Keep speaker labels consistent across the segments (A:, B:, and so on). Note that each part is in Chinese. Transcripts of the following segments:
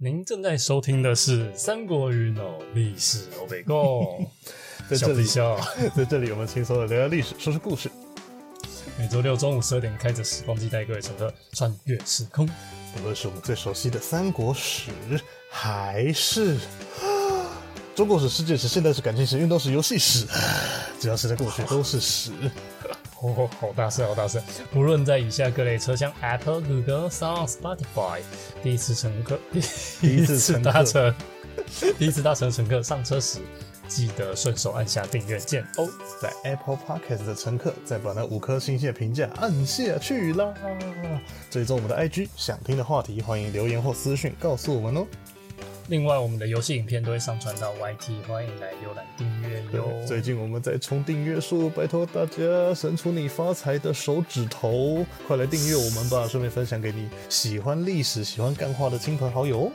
A: 您正在收听的是《三国与脑历史欧北共》
B: 在
A: 笑
B: 这
A: 不
B: 里
A: 笑？
B: 在这里我们轻松的聊聊历史，说说故事。
A: 每周六中午十二点开着时光机带各位乘客穿越时空。
B: 无论是我们最熟悉的三国史，还是啊中国史、世界史、现代史、感情史、运动史、游戏史，只要是在过去都是史。
A: 哦，好大声，好大声！不论在以下各类车厢，Apple、谷歌、Sound、Spotify，第一次乘客，第
B: 一次乘客
A: 搭乘， 第一次搭乘乘客上车时，记得顺手按下订阅键 哦。
B: 在 Apple Podcast 的乘客，再把那五颗星星的评价按下去啦！追踪我们的 IG，想听的话题欢迎留言或私讯告诉我们哦。
A: 另外，我们的游戏影片都会上传到 YT，欢迎来浏览订阅哟。
B: 最近我们在冲订阅数，拜托大家伸出你发财的手指头，快来订阅我们吧！顺便分享给你喜欢历史、喜欢干话的亲朋好 友。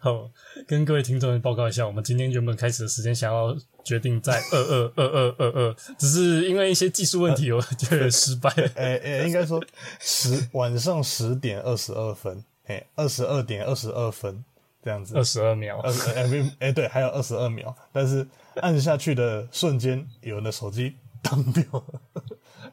A: 好，跟各位听众报告一下，我们今天原本开始的时间想要决定在二二二二二二，只是因为一些技术问题，我觉得失败 了。
B: 哎、哎、应该说十晚上十点二十二分，哎、二十二点二十二分这样子
A: 二。十二秒
B: 二，十哎没哎、对，还有二十二秒，但是按下去的瞬间，有人的手机当掉 了。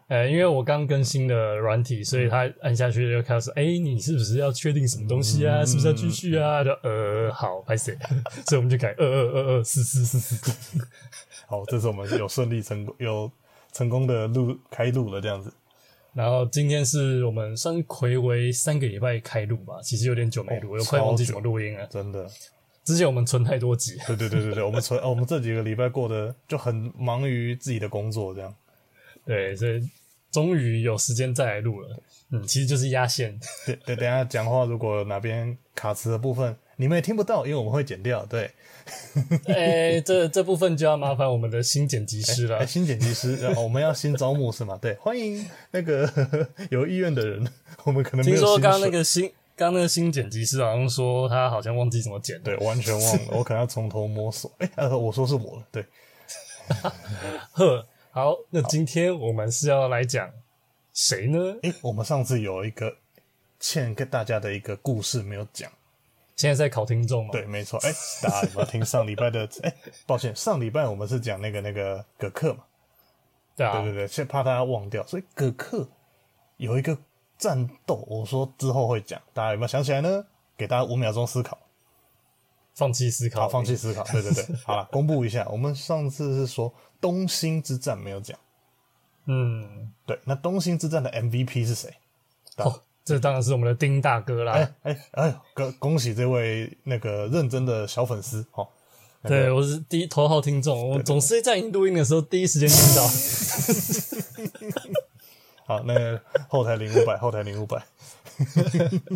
A: 呃，因为我刚更新的软体，所以它按下去就开始，哎、你是不是要确定什么东西啊？是不是要继续啊？就呃，好，拍谁？ 所以我们就改二二二二四四四四。
B: 好，这次我们有顺利成功，有成功的录开录了这样子。
A: 然后今天是我们算是暌违三个礼拜开录吧，其实有点久没录，
B: 哦
A: 我快忘记
B: 超
A: 怎
B: 久
A: 么录音了。
B: 真的，
A: 之前我们存太多集，
B: 对对对对对，我们从、哦我们这几个礼拜过得就很忙于自己的工作，这样
A: 对，所以终于有时间再来录了。嗯，其实就是压线，
B: 对对，等一下讲话如果有哪边卡词的部分你们也听不到，因为我们会剪掉。对，
A: 哎、这这部分就要麻烦我们的新剪辑师了
B: 哎，。新剪辑师、呃我们要新招募是吗？对，欢迎那个 有意愿的人，我们可能没
A: 听
B: 有
A: 说
B: 薪
A: 刚刚那
B: 水
A: 个新，刚刚那个新剪辑师好像说他好像忘记怎么剪。
B: 对，完全忘了，我可能要从头摸索。哎、呃，我说是我了，对，
A: 呵，好，那今天我们是要来讲谁呢？
B: 哎、我们上次有一个欠跟大家的一个故事没有讲，
A: 现在在考听众嘛？
B: 对，，没错，哎、大家有没有听上礼拜的？哎、抱歉，上礼拜我们是讲那个那个葛克嘛，
A: 对啊，
B: 对对对，先怕大家忘掉，所以葛克有一个战斗，我说之后会讲，大家有没有想起来呢？给大家五秒钟思考，
A: 放弃思考，
B: 好，放弃思考，对对对，好了，公布一下，我们上次是说东兴之战没有讲，
A: 嗯，
B: 对，那东兴之战的 MVP 是谁？
A: 哦，这当然是我们的丁大哥啦。
B: 哎哎哎呦，恭恭喜这位那个认真的小粉丝哦，
A: 对，我是第一头号听众，我总是在你录音的时候第一时间听 到。
B: 好，那个后台零五百，后台零五百，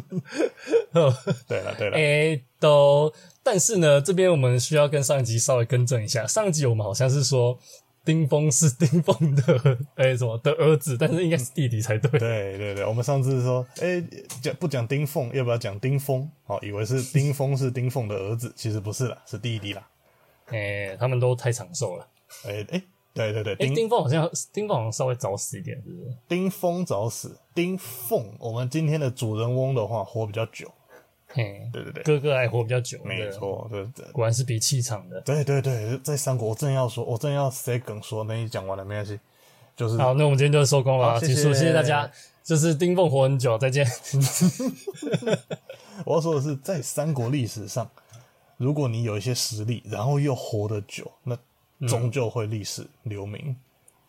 B: 对了对了，
A: 诶、哎都，但是呢，这边我们需要跟上一集稍微更正一下。上一集我们好像是说丁峰是 丁峰的，诶、什么的儿子，但是应该是弟弟才对。
B: 对对对，我们上次说，哎，讲不讲丁凤，要不要讲丁峰？哦，以为是丁峰是丁凤的儿子，其实不是啦，是弟弟啦。
A: 诶、哎他们都太长寿了。
B: 哎哎，对对对，
A: 诶、
B: 丁
A: 丁峰好像丁峰好像稍微早死一点，是不是？
B: 丁峰早死，丁凤，我们今天的主人翁的话活比较久。
A: 嘿、
B: 对对对，
A: 哥哥还活比较久，
B: 没
A: 对，
B: 错，对对
A: 果然是比气场的。
B: 对对对，在三国，我正要说，我正要塞梗说，那你讲完了没关系，就是
A: 好，那我们今天就收工了啊，
B: 好谢谢
A: 结束，谢谢大家。就是丁凤活很久，再见。
B: 我要说的是，在三国历史上，如果你有一些实力，然后又活得久，那终究会历史留名。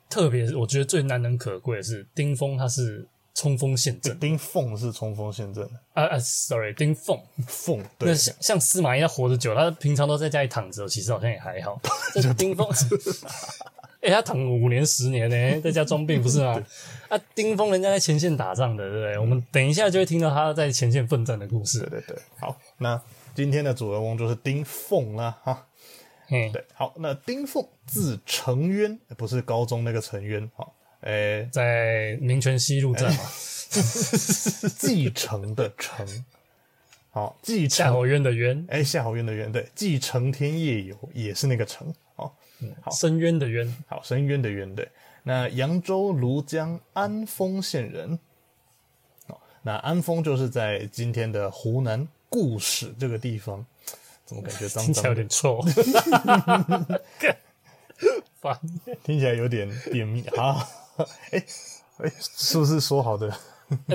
A: 特别是我觉得最难能可贵的是丁峰，他是冲锋陷阵
B: 丁凤是冲锋陷阵的，
A: 啊啊，sorry，丁 凤。
B: 凤
A: 那
B: 对，
A: 像像司马懿他活得久，他平常都在家里躺着，其实好像也还 好。这丁峰， 哎、他躺五年十年呢、在家装病不是 吗？啊，丁峰人家在前线打仗的，对不对？我
B: 嗯
A: 们等一下就会听到他在前线奋战的故事
B: 对。对对。好，那今天的主人翁就是丁凤啦，哈。
A: 嘿，
B: 对，好，那丁凤字承渊，不是高中那个承渊，好，诶、
A: 在民权西路站
B: 哎
A: 嘛，
B: 继承的承，好，继承
A: 夏侯渊的渊，
B: 哎，夏侯渊的渊，对，继承天夜游也是那个承，好。好
A: 深渊的渊，
B: 好，深渊的渊对。那扬州庐江安丰县人，哦，那安丰就是在今天的湖南故事这个地方，怎么感觉脏
A: 听起来有
B: 脏的？
A: 点臭，烦。
B: 听起来有点便秘啊！哎、哎、是不是说好的？
A: 欸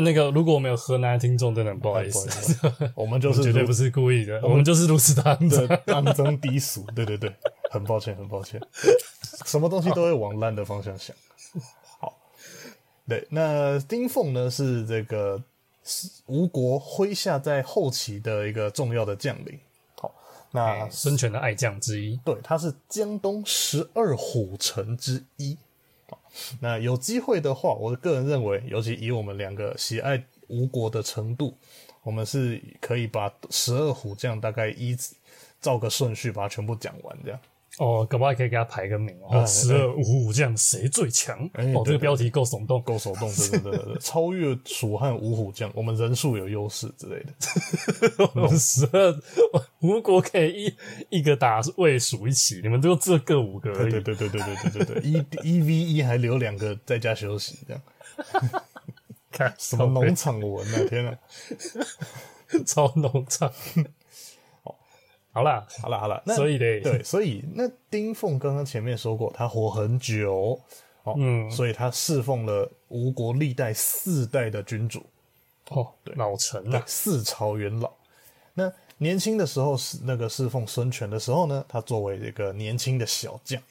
A: 那个，如果我们有河南的听众，真的很不好意
B: 哎不好
A: 思，
B: 我 们就是
A: 绝对不是故意的，我们就是如此的肮脏。
B: 的肮脏低俗，对对对，很抱歉，很抱歉，什么东西都会往烂的方向想。好，对，那丁奉呢是这个是吴国麾下在后期的一个重要的将领。好，那
A: 孙权的爱将之一，
B: 对，他是江东十二虎城之一。好那有机会的话，我个人认为，尤其以我们两个喜爱吴国的程度，我们是可以把十二虎将大概依照个顺序把它全部讲完，这样。
A: 哦，搞不好还可以给他排个名哦，
B: 哎
A: 十二五虎将谁最强？
B: 哎
A: 哦，这个
B: 对对
A: 标题够耸动，
B: 够手动，对对对对对，超越蜀汉五虎将，我们人数有优势之类的。
A: 我们 十二，吴国可以一一个打魏蜀一起，你们就这各五个而
B: 对
A: 已。
B: 对对对对对对对，一一 v 一还留两个在家休息，这样
A: 看
B: 什么农场文啊！天哪，
A: 超农 场。好啦，
B: 好了好了，那
A: 所以嘞
B: 对，所以那丁奉刚刚前面说过，他活很久，哦，
A: 嗯
B: 所以他侍奉了吴国历代四代的君主，
A: 哦，老陈
B: 对
A: 啊，，
B: 四朝元老。那年轻的时候是那个侍奉孙权的时候呢，他作为一个年轻的小将，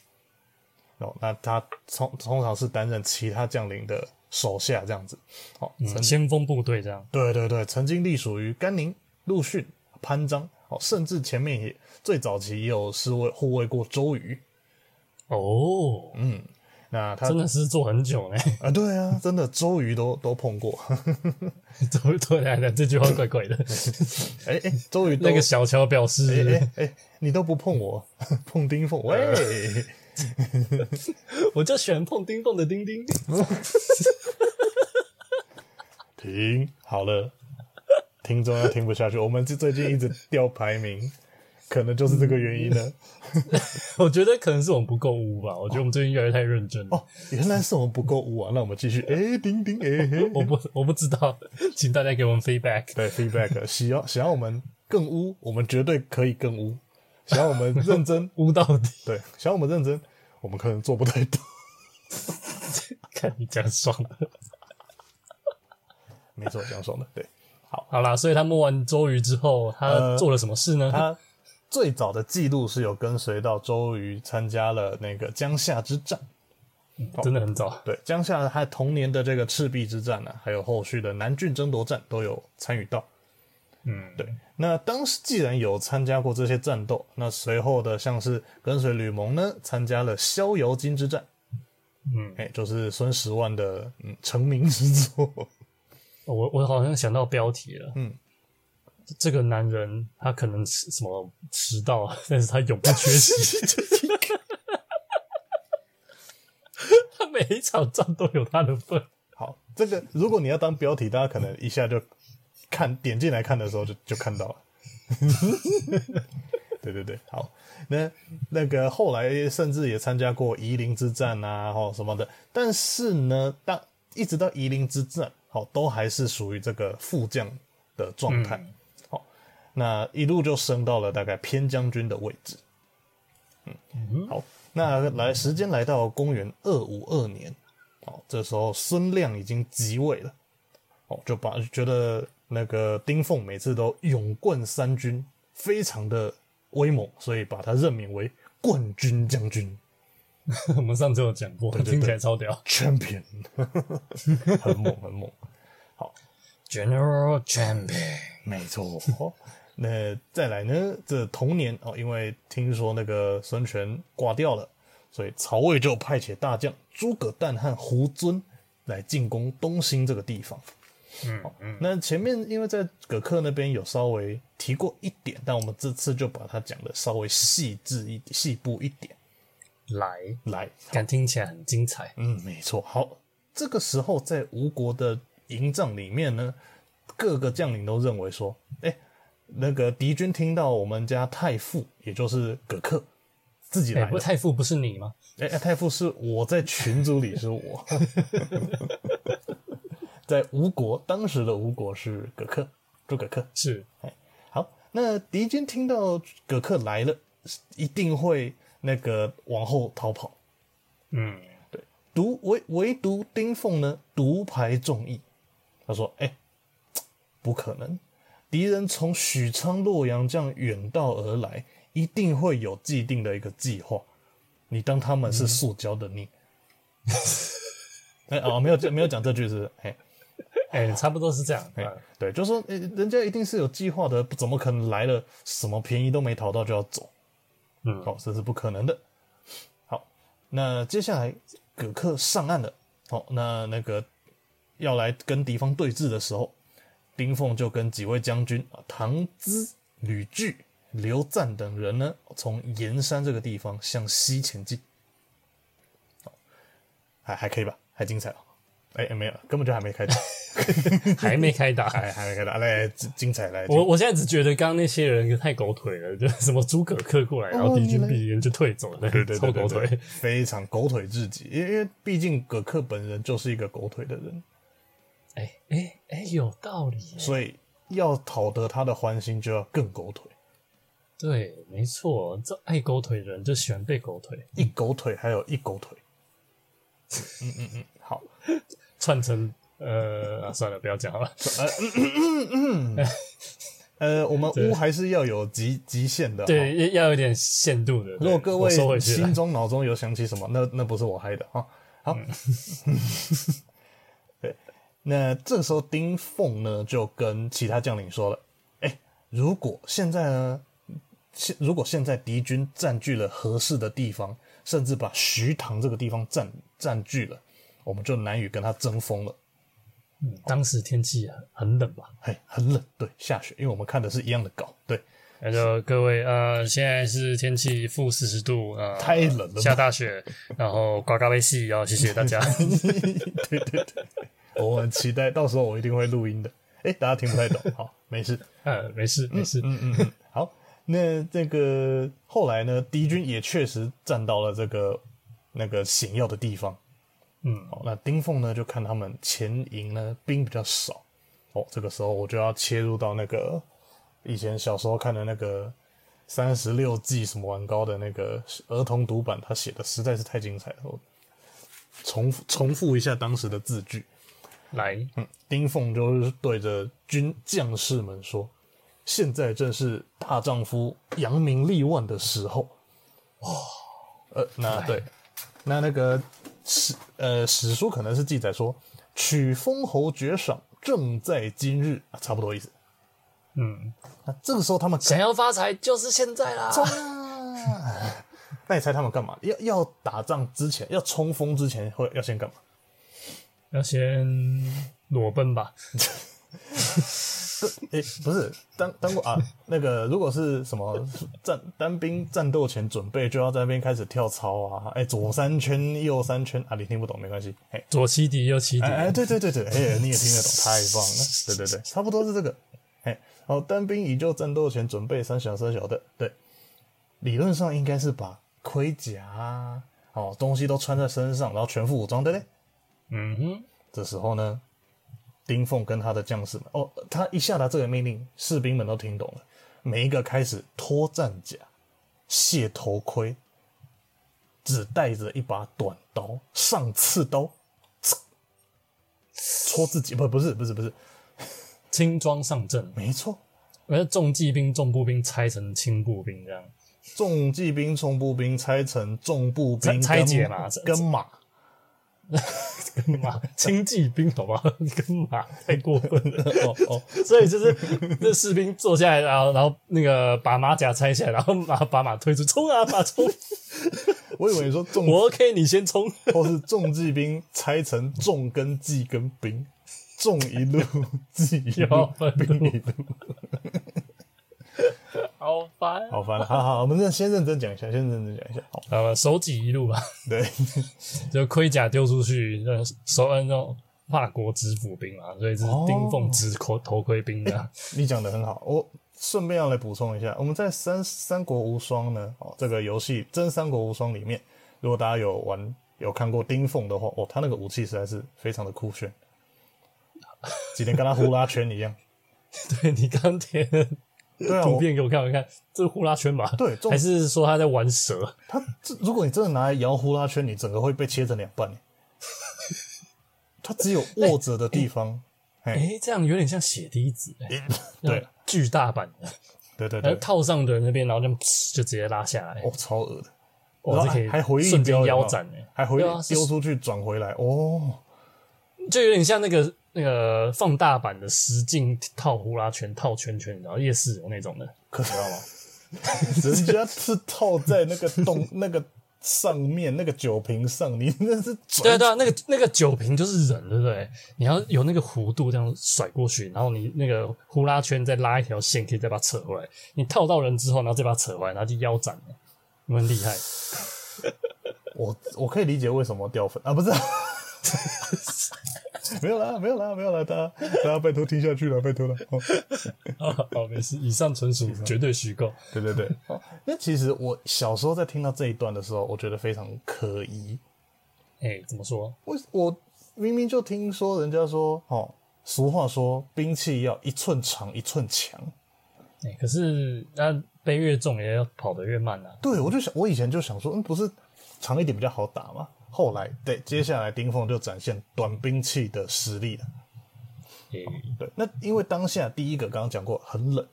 B: 哦，那他通通常是担任其他将领的手下这样子，哦，曾
A: 先锋部队这样，
B: 对对对，曾经隶属于甘宁、陆逊、潘璋，哦，甚至前面也最早期也有侍卫护卫过周瑜。
A: 哦，
B: 那嗯他
A: 真的是做很久呢。
B: 啊，对啊，真的周瑜都 都碰过，
A: 对对来来，这句话怪 怪的。
B: 哎哎，周瑜都
A: 那个小乔表
B: 哎
A: 示，
B: 哎哎，你都不碰我， 碰丁奉，喂，
A: 呃我就喜欢碰丁凤的丁丁。
B: 停，好了，听众要听不下去，我们最最近一直掉排名，可能就是这个原因呢。
A: 嗯我觉得可能是我们不够污吧，我觉得我们最近越来越太认真了。
B: 哦，原来是我们不够污啊，那我们继续，哎，丁丁，哎，嘿
A: 我不我不知道， 请大家给我们 feedback。，
B: 对 feedback，想要想要我们更污，我们绝对可以更污，想要我们认真
A: 污到底，
B: 对，想要我们认真，我们可能做不太到。
A: 看你讲爽了。
B: 没错，这样说的，对。
A: 好啦，所以他摸完周瑜之后，他
B: 呃
A: 做了什么事呢？
B: 他最早的记录是有跟随到周瑜参加了那个江夏之战，
A: 真的很早，
B: 对江夏还有同年的这个赤壁之战呢、啊还有后续的南郡争夺战都有参与到。
A: 嗯，
B: 对，那当时既然有参加过这些战斗，那随后的像是跟随吕蒙呢，参加了逍遥津之战，
A: 嗯，
B: 哎、就是孙十万的嗯成名之作，
A: 我我好像想到标题了，
B: 嗯，
A: 这个男人他可能迟什么迟到，啊 但是他永不缺席。他每一场战都有他的份，
B: 好，这个如果你要当标题，大家可能一下就看点进来看的时候就就看到了。 对对对，好，那那个后来甚至也参加过夷陵之战啊，吼什么的，但是呢，当一直到夷陵之战，好，都还是属于这个副将的状态，好，那一路就升到了大概偏将军的位置，嗯，好，那来时间来到公元二五二年，哦，这时候孙亮已经即位了，哦，就把觉得那个丁奉每次都勇冠三军，非常的威猛，所以把他任命为冠军将军
A: 我们上次有讲过，
B: 对对
A: 听起来超屌。
B: （champion），很猛很猛。
A: General Champion，
B: 没错。那再来呢？这同年哦，因为听说那个孙权挂掉了，所以曹魏就派遣大将诸葛诞和胡遵来进攻东兴这个地方。嗯嗯，那前面因为在葛克那边有稍微提过一点，但我们这次就把它讲的稍微细致一细部一点
A: 来，
B: 来。
A: 感听起来很精彩。
B: 嗯，没错。好，这个时候在吴国的营帐里面呢，各个将领都认为说，哎、那个敌军听到我们家太傅，也就是葛克自己
A: 哎、
B: 来
A: 不，
B: 了，
A: 太傅不是你吗？
B: 哎、哎太傅是我在群组里是我， 在吴国当时的吴国是葛克，诸葛恪。
A: 是，
B: 哎，好，那敌军听到葛克来了，一定会那个往后逃跑。
A: 嗯，
B: 对，独唯唯独丁奉呢独排众议，他说：“哎、不可能，敌人从许昌、洛阳这样远道而来，一定会有既定的一个计划。你当他们是塑胶的你？ 哎、哦，没有这没有讲这句是不是？哎、
A: 哎、差不多是这样。
B: 哎、
A: 嗯
B: 对，就说、哎人家一定是有计划的，不怎么可能来了什么便宜都没讨到就要走？
A: 嗯
B: 好、这是不可能的。好，那接下来葛克上岸了。好、那那个要来跟敌方对峙的时候，丁奉就跟几位将军啊，唐咨、吕据、刘赞等人呢，从盐山这个地方向西前进。好，还还可以吧，还精彩哦。哎、哎没有，根本就还没开打，
A: 还没开打。
B: 还还没开打，来，精精彩来。
A: 我我现在只觉得刚刚那些人太狗腿了， 就什么诸葛恪过来，然后敌军必人就退走了，
B: 对对
A: 超
B: 对
A: 狗
B: 对对，
A: 腿。
B: 非常狗腿至极。因为因为毕竟葛克本人就是一个狗腿的人，
A: 哎哎哎，有道理耶。
B: 所以要讨得他的欢心，就要更狗腿。
A: 对，没错，这爱狗腿的人就喜欢被狗腿
B: 一狗腿还有一狗腿。嗯嗯嗯，好，
A: 串成。呃、啊算了，不要讲了。
B: 呃，我们
A: 对
B: 污还是要有极极限的。哈。
A: 对，要要有点限度的。
B: 如果各
A: 我收
B: 位
A: 回去了
B: 心中脑中有想起什么，那那不是我嗨的哈。好， 对，那这个时候丁奉呢就跟其他将领说了：“哎、如果现在呢，现如果现在敌军占据了合适的地方，甚至把徐塘这个地方占占据了，我们就难以跟他争锋了。
A: 嗯当时天气很很冷吧？
B: 嘿，哎很冷，对，下雪，因为我们看的是一样的稿，对，
A: 那就各位，呃，现在是天气负四十度，呃，
B: 太冷了吧
A: 下大雪，然后刮嘎微戏，然后谢谢大 家。
B: 对对对，我很期待，到时候我一定会录音的。哎、大家听不太懂，好，没事。”
A: 呃，没事没事，
B: 嗯嗯嗯， 好，那这个后来呢，敌军也确实站到了这个那个险要的地方。
A: 嗯，
B: 好，那丁奉呢就看他们前营呢兵比较少，哦，这个时候我就要切入到那个以前小时候看的那个三十六计什么玩高的那个儿童读版，他写的实在是太精彩了。我重复重复一下当时的字句，
A: 来，
B: 丁奉就是对着军将士们说：“现在正是大丈夫扬名立万的时候。”哦，呃，那对，那那个史呃史书可能是记载说，取封侯爵赏正在今日，啊、差不多意思。
A: 嗯，
B: 那这个时候他们
A: 想要发财就是现在啦。
B: 那你猜他们干嘛？要要打仗之前，要冲锋之前会要先干嘛？
A: 要先裸奔吧，
B: 诶、不是，当当过啊，那个如果是什么战单兵战斗前准备，就要在那边开始跳操啊，哎、左三圈右三圈啊，你听不懂没关系，哎、
A: 左七敌右七敌
B: 哎、，哎对对对对，哎、你也听得懂，太棒了，对对对，差不多是这个，哎、好，单兵以就战斗前准备三小三小的，对，理论上应该是把盔甲啊，哦东西都穿在身上，然后全副武装，对不对？
A: 嗯哼，
B: 这时候呢，丁奉跟他的将士们，哦，他一下达这个命令，士兵们都听懂了，每一个开始脱战甲、卸头盔，只带着一把短刀、上刺刀，戳自己不不是不是不是，
A: 轻装上阵，
B: 没错，
A: 我要重骑兵、重步兵拆成轻步兵这样，
B: 重骑兵、重步兵拆成重步兵
A: 拆拆
B: 跟
A: 解嘛这
B: 跟马，
A: 跟马 轻骑兵好吧， 跟马太过分 了。
B: 哦哦，
A: 所以就是这士兵坐下来，然后然后那个把马甲拆下来，然后马把马推出，冲啊马 冲，
B: 我以为你说重
A: 我 OK 你先冲，
B: 或是重骑兵拆成重跟骑跟兵，重一路，骑一路
A: 有，分
B: 兵一路。
A: 好烦。
B: 好烦了，好好，我们认先认真讲一下，先认真讲一下。好，
A: 呃，手挤一路吧，
B: 对，
A: 就盔甲丢出去，呃手按那种法国直府兵嘛，所以这是丁奉直头头盔兵 的。
B: 你讲的很好，我顺便要来补充一下，我们在三《三国无双》呢，哦，这个游戏《真三国无双》里面，如果大家有玩有看过丁奉的话，哦，他那个武器实在是非常的酷炫，几天跟他呼啦圈一样。
A: 对你刚贴的
B: 对啊，
A: 图
B: 我
A: 片给我看，我看这是呼啦圈吧？
B: 对重
A: 还是说他在玩蛇？
B: 它这如果你真的拿来摇呼啦圈，你整个会被切成两 半耶。它只有握着的地方，
A: 哎、这样有点像血滴子、欸，
B: 对，
A: 巨大版的，
B: 对对
A: 然
B: 对
A: 后，套上的人那边，然后就就直接拉下来，
B: 哦，超恶的，
A: 哇，
B: 然
A: 这
B: 后
A: 可以
B: 还还回应
A: 瞬间
B: 标有没有
A: 腰斩哎、
B: 还回
A: 对啊是
B: 丢出去转回来，哦，
A: 就有点像那个那个放大版的实境套呼啦圈、套圈圈，然后夜市有那种的，
B: 可知道吗？人家是 套在那个 洞那个上面那个酒瓶上，你那是
A: 对啊
B: 转
A: 对啊，那个那个酒瓶就是人，对不对？你要有那个弧度这样甩过去，然后你那个呼啦圈再拉一条线，可以再把它扯回来。你套到人之后，然后再把它扯回来，然后就腰斩了，你们很厉害。
B: 我我可以理解为什么掉粉 啊，不是、没有啦，没有啦，没有啦，大家大家拜托听下去了，拜托了。哦
A: 哦，没事，以上纯属绝对虚构。
B: 对对对， 哦，那其实我小时候在听到这一段的时候，我觉得非常可疑。
A: 哎、怎么说？
B: 我我明明就听说人家说，哦，俗话说兵器要一寸长一寸强。
A: 哎、可是那、背越重也要跑得越慢啊。
B: 对，我就想，我以前就想说，嗯，不是长一点比较好打吗？后来，对，接下来丁凤就展现短兵器的实力了。
A: 哎、
B: 对，那因为当下第一个刚刚讲过很冷，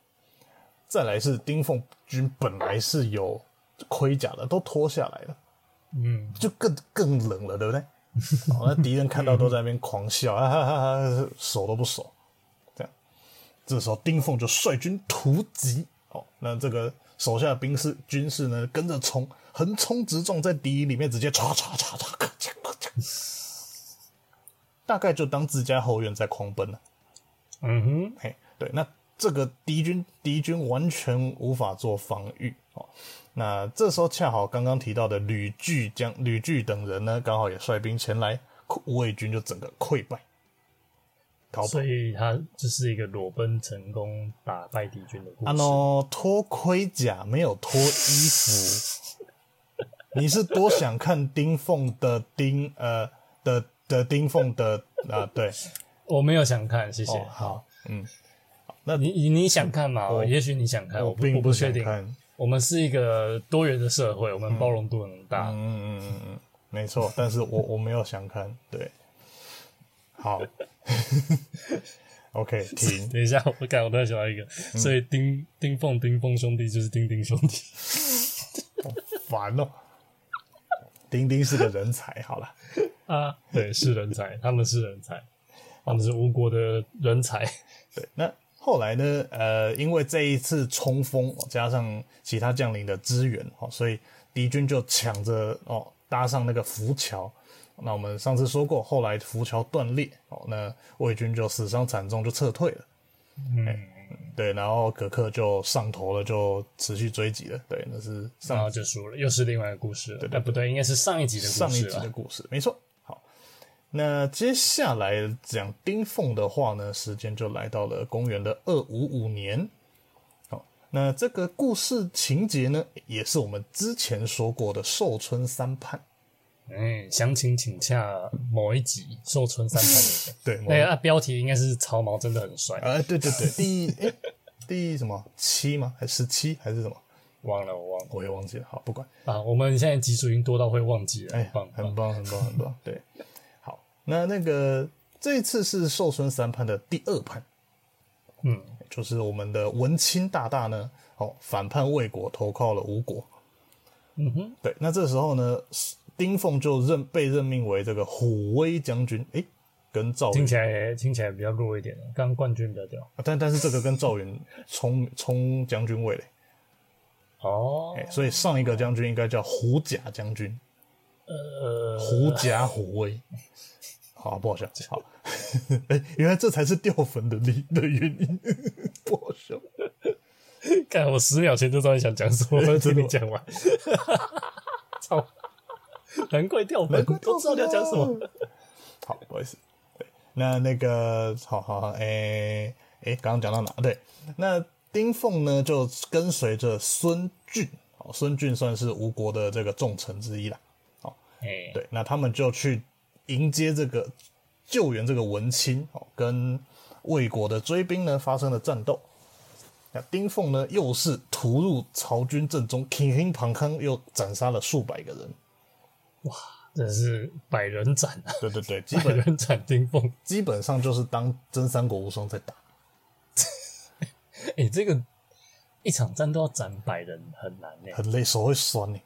B: 再来是丁凤军本来是有盔甲的，都脱下来了，
A: 嗯，
B: 就更更冷了，对不对？好，那敌人看到都在那边狂笑，啊哈哈哈，手都不手。这样，这时候丁凤就率军突击，哦，那这个手下的兵士军士呢跟着冲，横冲直撞，在敌营里面直接唰唰唰唰，咔嚓咔嚓，大概就当自家后院在狂奔了。
A: 嗯哼，
B: 嘿，对，那这个敌军敌军完全无法做防御哦。那这时候恰好刚刚提到的吕据将吕据等人呢，刚好也率兵前来，吴魏军就整个溃败，逃跑
A: 所。以他就是一个裸奔成功打败敌军的故事。
B: 啊喏，脱盔甲没有脱衣服，你是多想看丁凤的丁呃的的丁凤的啊？对，
A: 我没有想看，谢谢。
B: 哦好，嗯，
A: 你你你想看嘛？也许你想看，
B: 我
A: 哎我不
B: 并
A: 我
B: 不
A: 不
B: 想
A: 确定。
B: 看
A: 我们是一个多元的社会，我们包容度很大。
B: 嗯嗯嗯嗯，嗯，没错，但是我我没有想看，对，好，OK，停，
A: 等一下，我感我突然想到一个，
B: 嗯
A: 所以丁丁凤丁凤兄弟就是丁丁兄 弟。
B: 烦哦。丁丁是个人才，好了，
A: 啊，对，是人才，他们是人才，他们是吴国的人才。
B: 对，那后来呢？呃，因为这一次冲锋，哦加上其他将领的支援，哦，所以敌军就抢着哦搭上那个浮桥。那我们上次说过，后来浮桥断裂，哦，那魏军就死伤惨重，就撤退了。
A: 嗯，
B: 对，然后葛克就上头了，就持续追击了。对，那是上
A: 然后就输了，又是另外一个故事了。
B: 对
A: 哎不对，应该是上一集的
B: 上
A: 故
B: 一
A: 事啊
B: 集的
A: 了。
B: 故事，没错。好，那接下来讲丁奉的话呢，时间就来到了公元的二五五年。好，那这个故事情节呢，也是我们之前说过的寿春三叛。
A: 哎，详情请洽某一集《寿春三叛》里面。
B: 对，
A: 那个、啊、标题应该是“曹髦真的很帅
B: 哎、对对对，第哎、第什么七吗？还是七还是什么？”，
A: 忘了我忘了
B: 我也忘记了。好，不管。
A: 啊。我们现在集数已经多到会忘记了，
B: 哎、
A: 很棒很棒。
B: 很棒，很棒，很 棒。对，好，那那个这一次是寿春三叛的第二叛，
A: 嗯，
B: 就是我们的文钦大大呢，哦，反叛魏国，投靠了吴国。
A: 嗯哼，
B: 对，那这时候呢，丁奉就任被任命为这个虎威将军，诶、跟赵
A: 听
B: 云，
A: 起来听起来比较弱一点了，刚刚冠军比较屌。
B: 啊但但是这个跟赵云冲冲将军位嘞，
A: 哦
B: 哎、，所以上一个将军应该叫狐假将军，
A: 呃，
B: 狐假虎威。 好，不好笑。好， 哎、原来这才是掉粉的理的原 因，不好笑。
A: 看我十秒前就知道你想讲什 么，我听你讲完。操！难怪掉粉，都知道你要讲什么。。
B: 好，不好意思。对，那那个，好好好，哎、哎，刚刚讲到哪？对，那丁奉呢，就跟随着孙俊，哦，孙俊算是吴国的这个重臣之一啦。
A: 哎，
B: 对，那他们就去迎接这个救援这个文钦，哦，跟魏国的追兵呢发生了战斗。那丁奉呢，又是突入曹军阵中，挺挺庞康又斩杀了数百个人。
A: 真是百人斩啊！
B: 对对对，基
A: 百
B: 本
A: 人斩丁奉，
B: 基本上就是当真三国无双在打。
A: 哎、这个一场战都要斩百人很难呢、
B: 很累，手会酸呢、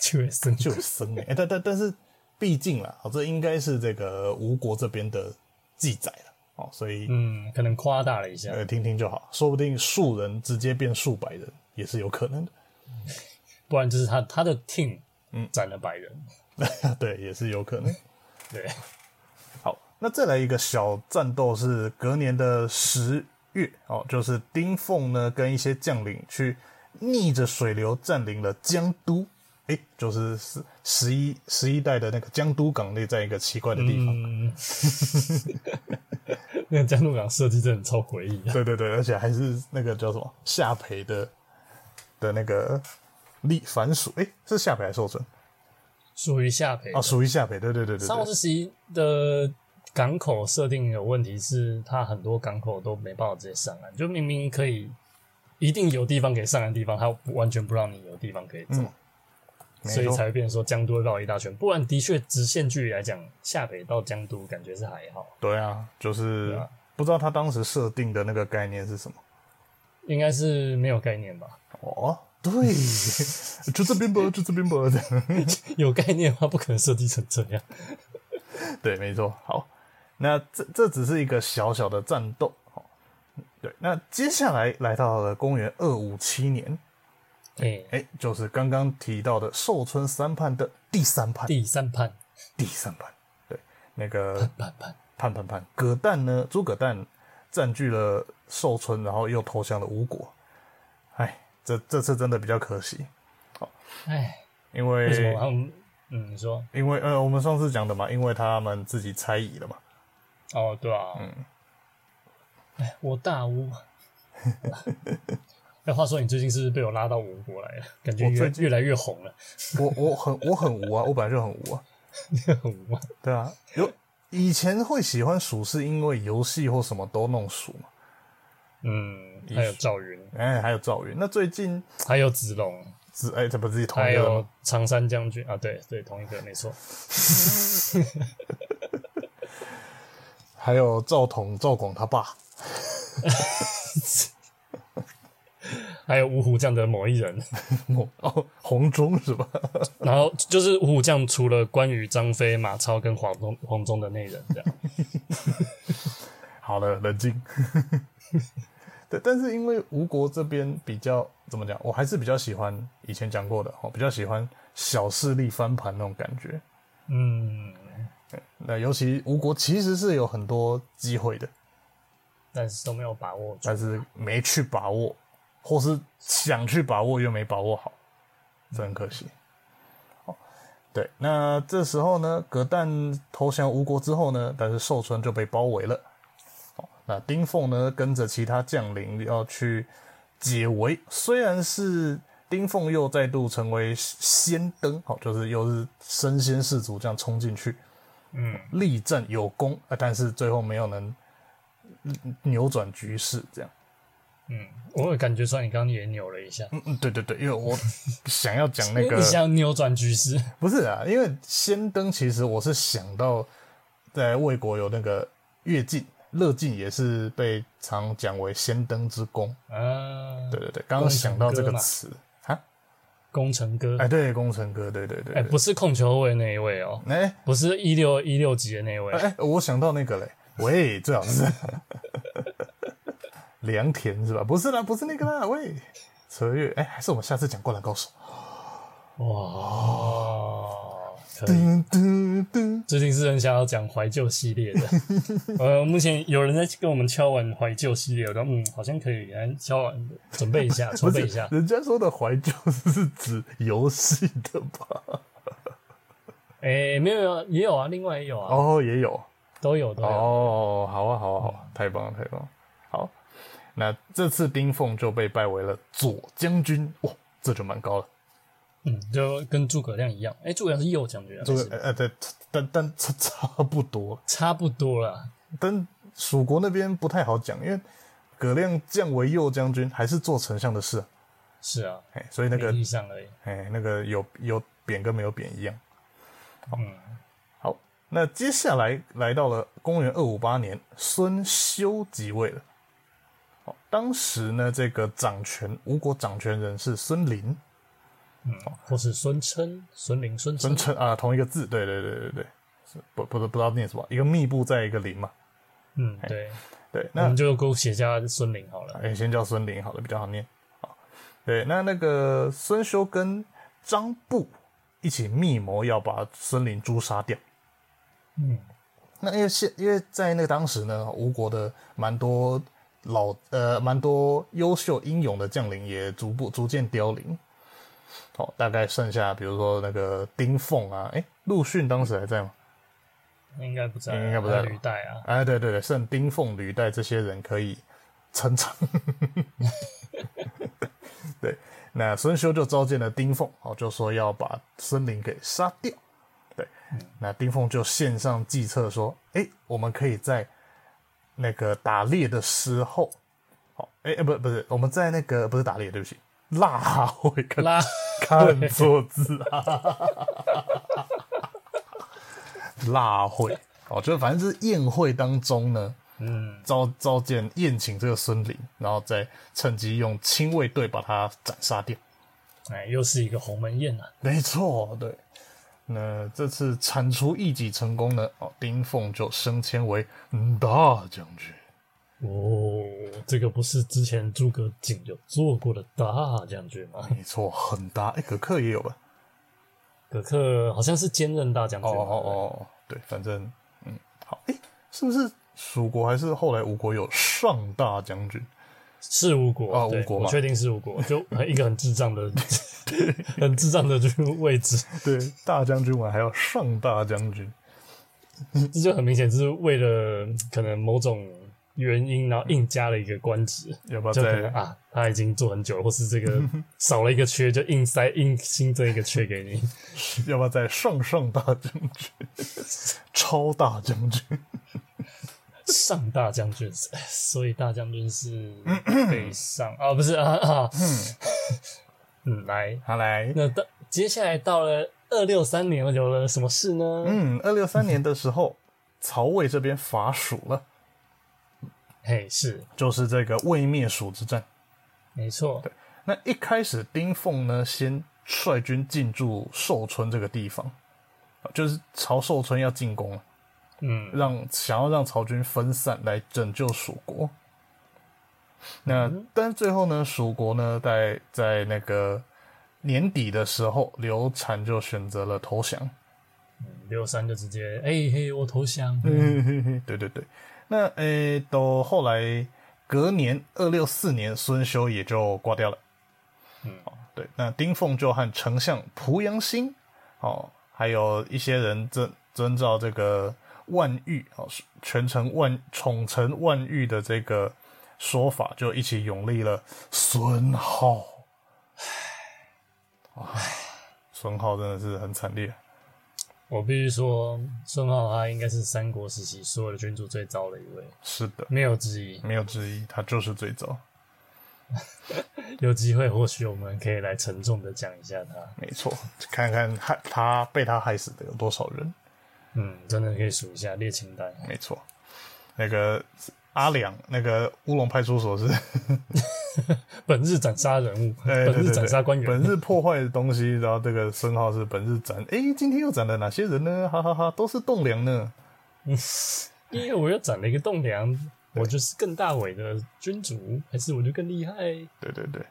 A: 确实，
B: 就有生呢、欸但但但是，毕竟啦，哦，这应该是这个吴国这边的记载了哦，所以、
A: 嗯，可能夸大了一下，
B: 呃听听就好，说不定数人直接变数百人也是有可能
A: 不然就是他他的 team 斩了百人，
B: 的， 对，也是有可能。
A: 对，
B: 好，那再来一个小战斗是隔年的十月哦，就是丁奉呢跟一些将领去逆着水流占领了江都，诶，就是十十一十一代的那个江都港内，在一个奇怪的地方。
A: 嗯， 那个江路港设计真的超诡异啊的，
B: 对对对，而且还是那个叫什么夏培的的那个栗番薯，诶，是夏培还是寿春？
A: 属于下北
B: 啊，属于夏培，对对对对
A: 三国
B: 对，
A: 志十一的港口设定有问题，是它很多港口都没办法直接上岸，就明明可以一定有地方可以上岸的地方，它不完全不让你有地方可以走，所
B: 嗯没
A: 以
B: 错
A: 才会变成说江都绕一大圈。不然的确直线距离来讲，下北到江都感觉是还好，
B: 对啊，就是
A: 对啊
B: 不知道他当时设定的那个概念是什么。
A: 应该是没有概念吧？
B: 哦，对， 就这 边吧，就这边吧。
A: 有概念的话，不可能设计成这样。
B: 对，没错。好，那这这只是一个小小的战斗。好对，那接下来来到了公元二五七年，
A: 哎、
B: 哎，就是刚刚提到的寿春三叛的第三叛，
A: 第三判
B: 第三叛，对，那个
A: 判判，
B: 叛叛叛，葛诞呢，诸葛诞占据了寿春，然后又投降了吴国。哎，这这次真的比较可惜，
A: 哎，
B: 因为啊
A: 为什么他们？嗯，你说
B: 因为呃，我们上次讲的嘛，因为他们自己猜疑了嘛。
A: 哦，对啊，嗯，哎，我大巫。那话说，你最近是不是被我拉到我国来了？感觉
B: 我最
A: 越
B: 近
A: 越来越红了，
B: 我我很我很无啊，我本来就很无啊。
A: 很无啊
B: 对啊，有以前会喜欢鼠是因为游戏或什么都弄鼠嘛。
A: 嗯，还有赵云，
B: 哎，还有赵云，那最近
A: 还有子龙，
B: 只哎，这不是同
A: 还
B: 一个人
A: 有
B: 吗？
A: 常山将军啊，对对，同一个没错。
B: 还有赵统、赵广他爸。
A: 还有五虎将的某一人，
B: 某哦，红中是吧？
A: 然后就是五虎将除了关羽、张飞、马超跟黄忠、黄忠的内人这 样，
B: 好了，冷静。 对，但是因为吴国这边比较怎么讲，我还是比较喜欢以前讲过的哦，比较喜欢小势力翻盘那种感觉。
A: 嗯，
B: 那尤其吴国其实是有很多机会的，
A: 但是都没有把握住。
B: 但是没去把握，或是想去把握又没把握好，这很可惜。好对，那这时候呢，葛诞投降吴国之后呢，但是寿春就被包围了。好，那丁奉呢跟着其他将领要去解围，虽然是丁奉又再度成为先登，好，就是又是身先士卒这样冲进去，嗯，力战有功，啊但是最后没有能扭转局势，这样。
A: 我有感觉出来，你刚刚也扭了一下，
B: 嗯嗯，对对对，因为我想要讲 那
A: 你
B: 个
A: 你，想扭转局势。
B: 不是啊，因为先登其实我是想到在魏国有那个乐进，乐进也是被常讲为先登之功。
A: 啊，
B: 对对对，刚刚想到这个词啊，
A: 工程哥，
B: 哎，对，工程哥，对对对
A: 哎，
B: 对，
A: 不是控球位那一位哦，
B: 哎
A: 不是一六一六级的那一位
B: 哎，哎，我想到那个嘞，喂，最好是 良田是吧？不是啦，不是那个啦，喂，扯越，哎，还是我们下次讲灌篮高手。
A: 哇，可以。
B: 噔噔噔，
A: 最近是很想要讲怀旧系列 的，呃，目前有人在跟我们敲完怀旧系列，我说嗯，好像可以来敲完，准备一 下，筹
B: 不
A: 备
B: 是
A: 一下，
B: 人家说的怀旧是指游戏的吧？
A: 哎，没有没有，也有啊，另外也有啊，
B: 哦，也有
A: 都有都有，
B: 哦，好啊，好啊，好啊，太棒了，太棒了，好。那这次丁奉就被拜为了左将军，哇，这就蛮高了。
A: 嗯，就跟诸葛亮一样，哎，诸葛亮是右将军啊，
B: 这
A: 还是
B: 个呃呃，对，但但差差不多，
A: 差不多了，
B: 但蜀国那边不太好讲，因为葛亮降为右将军，还是做丞相的事、啊。
A: 是啊，
B: 哎，所以那个
A: 名义上而已。
B: 哎，那个有有贬跟没有贬一样。好，好，那接下来来到了公元二五八年，孙修即位了。好，当时呢，这个掌权吴国掌权人是孙林，
A: 或是孙琛、孙林、孙
B: 孙
A: 琛，
B: 称啊，同一个字，对对对对对，是不不不知道念什么，一个密布在一个林嘛。
A: 嗯，对，
B: 对，
A: 我
B: 哎那
A: 们就给我写下孙林好了。
B: 哎，先叫孙林好了，比较好念。好，对，那那个孙修跟张布一起密谋要把孙林诛杀掉。
A: 嗯，
B: 那因为现因为在那个当时呢，吴国的蛮多老呃蛮多优秀英勇的将领也逐步逐渐凋零。哦，大概剩下比如说那个丁奉啊，哎，陆逊当时还在吗？
A: 应该不在，
B: 应该不在
A: 还有履带啊。
B: 哎，对对对，剩丁奉、履带这些人可以撑场。 对，那孙修就召见了丁奉，哦，就说要把孙林给杀掉。对，那丁奉就献上计策说，哎，我们可以在那个打猎的时候，哦，哎，哎不不是，我们在那个不是打猎，对不起，腊 会跟
A: 拉，
B: 看错 字啊，腊会哦，就是反正就是宴会当中呢，嗯，召召见宴请这个孙林，然后再趁机用亲卫队把他斩杀掉。
A: 哎，又是一个鸿门宴啊。
B: 没错，对。那这次铲除异己成功呢，哦，丁奉就升迁为大将军。
A: 哦，这个不是之前诸葛瑾有做过的大将军吗？
B: 没错，很大。哎，葛克也有吧？
A: 葛克好像是兼任大将
B: 哦
A: 军。
B: 哦哦，哦，对，反正嗯，好，哎、是不是蜀国还是后来吴国有上大将军？
A: 是吴国
B: 哦
A: 对
B: 吴国嘛
A: 我确定是吴国，就呃一个很智障的、 很智障的这个位置，
B: 对，大将军完还要上大将军，
A: 这就很明显是为了可能某种原因，然后硬加了一个官职，
B: 要不要
A: 就可能
B: 再？
A: 啊，他已经做很久了，或是这个少了一个缺，就硬塞硬新增一个缺给你。
B: 要不要再上上大将军？ 超大将军？
A: 上大将军， 所以大将军是
B: 嗯
A: 北上啊，不是啊啊，嗯，来，
B: 好来，
A: 那到接下来到了二六三年了，有了什么事呢？
B: 嗯，二六三年的时候，曹魏这边伐蜀了，
A: 嘿，是
B: 就是这个魏灭蜀之战。
A: 没错，
B: 那一开始，丁奉呢先率军进驻寿春这个地方，就是朝寿春要进攻了，
A: 嗯，
B: 让想要让曹军分散来拯救蜀国。那但是最后呢，蜀国呢在在那个年底的时候，刘禅就选择了投降。
A: 六三就直接，哎、嘿，我投降。
B: 嗯 对对对，那诶，到后来隔年二六四年，孙修也就挂掉了。嗯，对，那丁奉就和丞相濮阳兴，哦，还有一些人遵遵照这个万玉哦，全城万宠臣万玉的这个说法，就一起永立了孙皓。唉，孙皓真的是很惨烈。
A: 我必须说，孙浩他应该是三国时期所有的君主最糟的一位，
B: 是的，
A: 没有之一。
B: 没有之一，他就是最早。
A: 有机会，或许我们可以来沉重的讲一下他。
B: 没错，看看害他被他害死的有多少人。
A: 嗯，真的可以数一下列清单。
B: 没错，那个阿良，那个乌龙派出所 是，
A: 本日斩杀人物，
B: 哎对
A: 本
B: 对
A: 日
B: 对
A: 斩杀官员，
B: 本日破坏的东西，然后这个孙浩是本日斩，哎、今天又斩了哪些人呢？哈哈哈都是栋梁呢。
A: 因为我又斩了一个栋梁，我就是更大伟的君主，还是我就更厉害？
B: 对对对，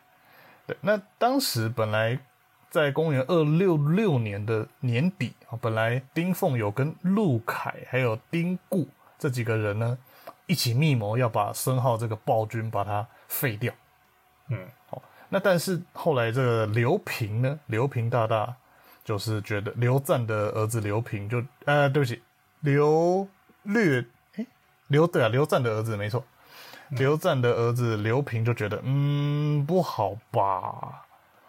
B: 对。那当时本来在公元二六六年的年底啊，本来丁奉有跟陆凯还有丁固这几个人呢，一起密谋要把孙浩这个暴君把他废掉。
A: 嗯，
B: 那但是后来这个刘平呢，刘平大大就是觉得刘赞的儿子刘平就呃，对不起，刘略诶，刘对啊，刘赞的儿子没错，刘赞的儿子刘平就觉得嗯不好吧，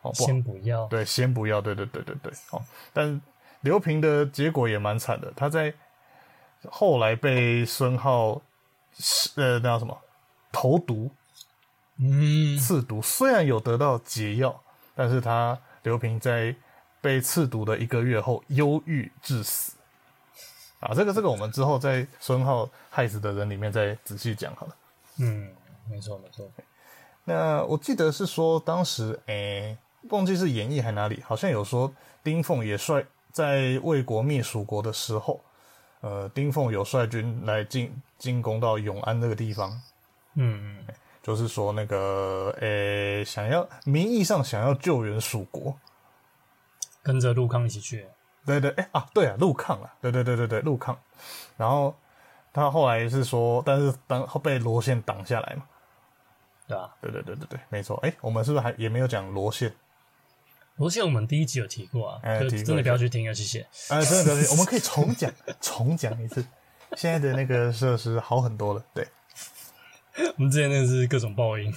B: 哦不好，
A: 先不要。
B: 对，先不要，对对对对对，哦，但是刘平的结果也蛮惨的，他在后来被孙浩呃那叫什么投毒
A: 嗯，
B: 刺毒虽然有得到解药，但是他刘平在被刺毒的一个月后忧郁致死。啊，这个这个我们之后在孙浩害死的人里面再仔细讲好了。
A: 嗯，没错没错，
B: 那我记得是说当时诶、忘记是演义还哪里，好像有说丁奉也率在魏国灭蜀国的时候，呃，丁奉有率军来进进攻到永安这个地方，
A: 嗯
B: 就是说那个诶、想要名义上想要救援蜀国，
A: 跟着陆康一起去，
B: 对对，哎、啊，对啊，陆抗啊，对对对对对，陆抗。然后他后来是说，但是当被罗宪挡下来嘛，
A: 对吧、啊？
B: 对对对对对，没错。哎、我们是不是还也没有讲罗宪？
A: 罗宪我们第一集有提过啊，
B: 哎
A: 就
B: 提过
A: 真的
B: 一
A: 不要去听了，谢谢。
B: 啊、真的不要紧，我们可以重讲，重讲一次。现在的那个设施好很多了，对，
A: 我们之前那是各种报 应，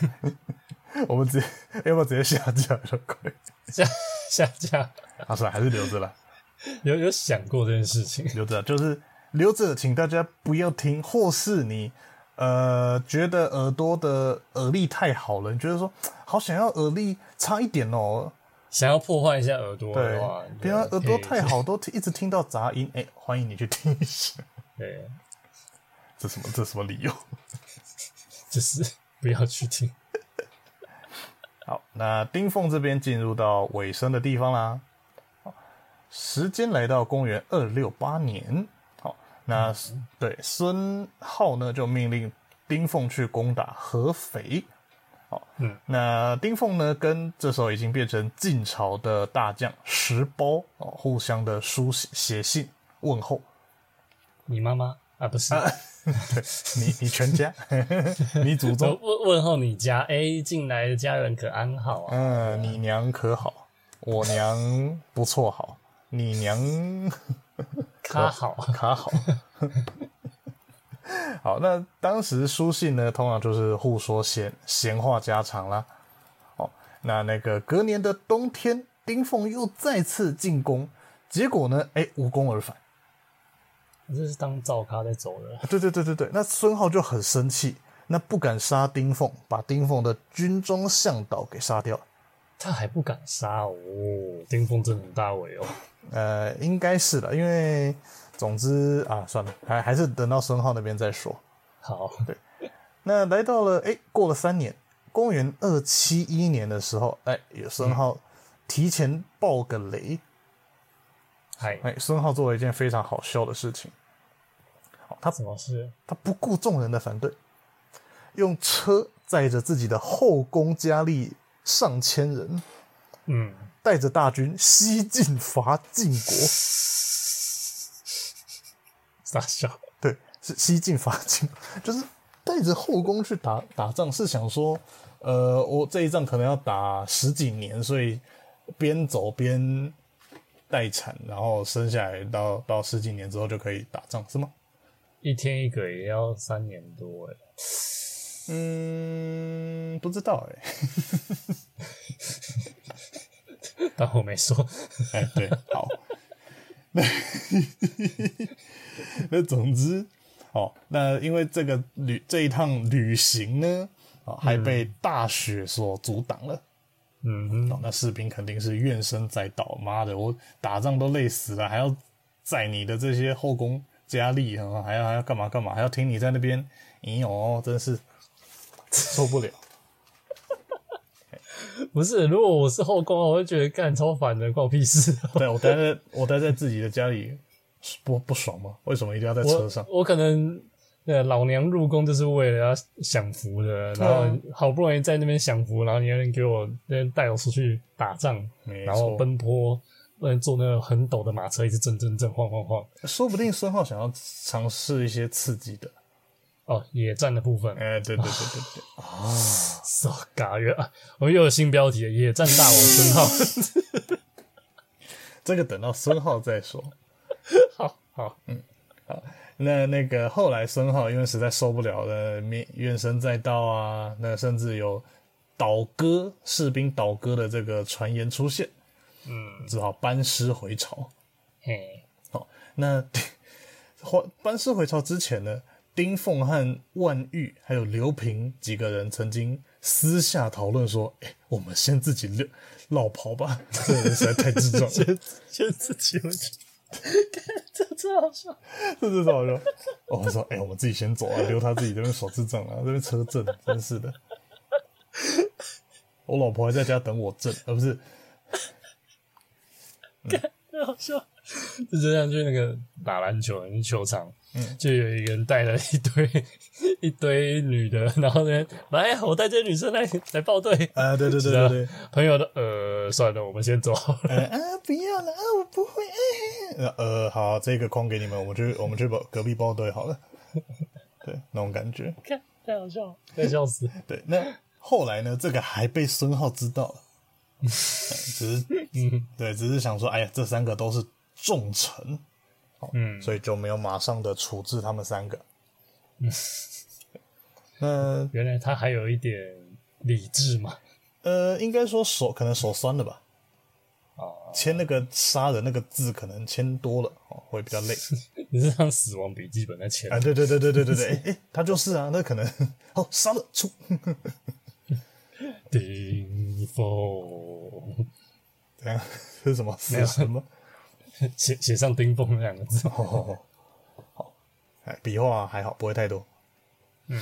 B: 我们直接要不要直接下架了？快，
A: 下下架，
B: 啊，算了，还是留着了，
A: 有有想过这件事情？
B: 留着，就是留着，请大家不要听，或是你呃觉得耳朵的耳力太好了，你觉得说好想要耳力差一点哦，
A: 想要破坏一下耳朵
B: 对啊
A: 的话，，你
B: 不
A: 就
B: 要耳朵
A: 可以
B: 太好，都一直听到杂音，哎、欢迎你去听一下，
A: 对，
B: 这什么这什么理由？
A: 就是不要去听。
B: 好，那丁凤这边进入到尾声的地方啦。时间来到公元二六八年，好，那对孙浩呢就命令丁凤去攻打合肥。好，
A: 嗯，
B: 那丁凤呢跟这时候已经变成晋朝的大将石苞哦，互相的书写写信问候。
A: 你妈妈啊，不是，
B: 你你全家， 你祖
A: 我
B: 宗，
A: 问问候你家，哎、进来的家人可安好啊？
B: 嗯，你娘可好？我娘不错好，你娘。
A: 咖好，
B: 卡好。 好，那当时书信呢，通常就是互说闲闲话家常啦。哦，那那个隔年的冬天，丁奉又再次进攻，结果呢，哎、无功而返。 啊
A: 这是当造咖在走的。
B: 对对对对对，那孙浩就很生气，那不敢杀丁奉，把丁奉的军中向导给杀掉了。
A: 他还不敢杀哦，丁峰真的很大伟哦。
B: 呃，应该是的，因为总之啊，算了，还还是等到孙浩那边再说。
A: 好，
B: 那来到了哎、诶过了三年，公元二七一年的时候，哎、有孙浩提前爆个雷，
A: 嗨，
B: 哎、孙浩做了一件非常好笑的事情，好，他
A: 什么事？
B: 他不顾众人的反对，用车载着自己的后宫佳丽上千人，
A: 嗯，
B: 带着大军西进伐晋国，
A: 傻笑。
B: 对，是西晋伐晋， 就是带着后宫去打打仗，是想说，呃，我这一仗可能要打十几年，所以边走边待产，然后生下来到到十几年之后就可以打仗，是吗？
A: 一天一个也要三年多哎，
B: 嗯，不知道哎、
A: 但我没说。
B: 哎，对，好。 那那总之，哦，那因为这个旅这一趟旅行呢，哦，还被大雪所阻挡了。
A: 嗯哼，
B: 那士兵肯定是怨声载道，妈的，我打仗都累死了，还要载你的这些后宫佳丽，啊还要还要干嘛干嘛，还要听你在那边，咦哦，真 是受不了。
A: 不是，如果我是后宫，我会觉得干超烦的，关我屁事。
B: 对我待在我待在自己的家里不不爽吗？为什么一定要在车
A: 我
B: 上？
A: 我可能。对，老娘入宫就是为了要享福的，然
B: 对啊
A: 后好不容易在那边享福，然后你还能给我那边带我出去打仗，
B: 没
A: 然后
B: 错
A: 奔波，嗯，坐那个很陡的马车，一直震震震，晃晃晃。
B: 说不定孙浩想要尝试一些刺激的。
A: 哦，野战的部分，
B: 哎，对对对对对，
A: so 嘎月啊，我们又有新标题了，野战大王孙浩。
B: 这个等到孙浩再说。
A: 好好，
B: 那那个后来孙浩因为实在受不了了，面怨声载道啊，那甚至有倒戈士兵倒戈的这个传言出现，嗯，只好班师回朝。
A: 嘿，
B: 好，那回班师回朝之前呢，丁奉和万玉还有刘平几个人曾经私下讨论说：“哎、我们先自己绕绕跑吧，这个人实在太智障了。”
A: 先自己回去，这真好笑。
B: 这至少就，我们说，哎、我们自己先走啊，留他自己这边耍智障啊，这边车震，真是的。我老婆还在家等我震，而、不是
A: 太好笑。就这样去那个打篮球那球场，嗯，就有一个人带了一堆 一堆女的，然后呢，来，哎我带这些女生来来报队。
B: 啊，对对对
A: 是啊
B: 对对，
A: 朋友的呃，算了，我们先走。
B: 呃啊，不要了啊，我不会，哎、呃呃，好，这个空给你们，我们去我们去隔壁包队好了， 对，那种感觉，
A: 看，太好笑了，太笑死。
B: 对，那后来呢，这个还被孙浩知道了，哎只是，嗯，对，只是想说，哎呀，这三个都是重臣，
A: 嗯，
B: 所以就没有马上的处置他们 三个。嗯，
A: 原来他还有一点理智嘛。
B: 那呃，应该说手可能手酸了吧，
A: 哦，
B: 签那个杀人那个字可能签多了哦，会比较累
A: 你是让死亡笔记本在前
B: 啊。对对对对对 对对，哎、哎他就是啊，那可能哦杀了出，
A: 顶峰，
B: 怎样？啊这是什么？死
A: 有
B: 神吗？
A: 写写上丁峰两个字。
B: 哦，好，哎，笔画还好，不会太多。
A: 嗯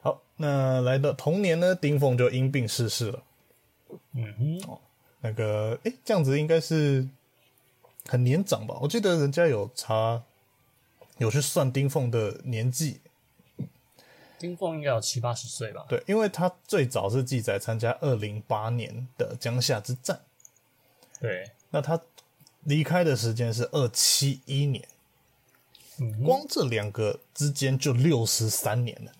B: 好，那来到同年呢，丁奉就因病逝世了。哦
A: 嗯哼，
B: 那个，哎、这样子应该是很年长吧？我记得人家有查，有去算丁奉的年纪，
A: 丁峰应该有七八十岁吧？
B: 对，因为他最早是记载参加二零八年的江夏之战，
A: 对，
B: 那他离开的时间是二七一年，
A: 嗯哼，
B: 光这两个之间就六十三年了。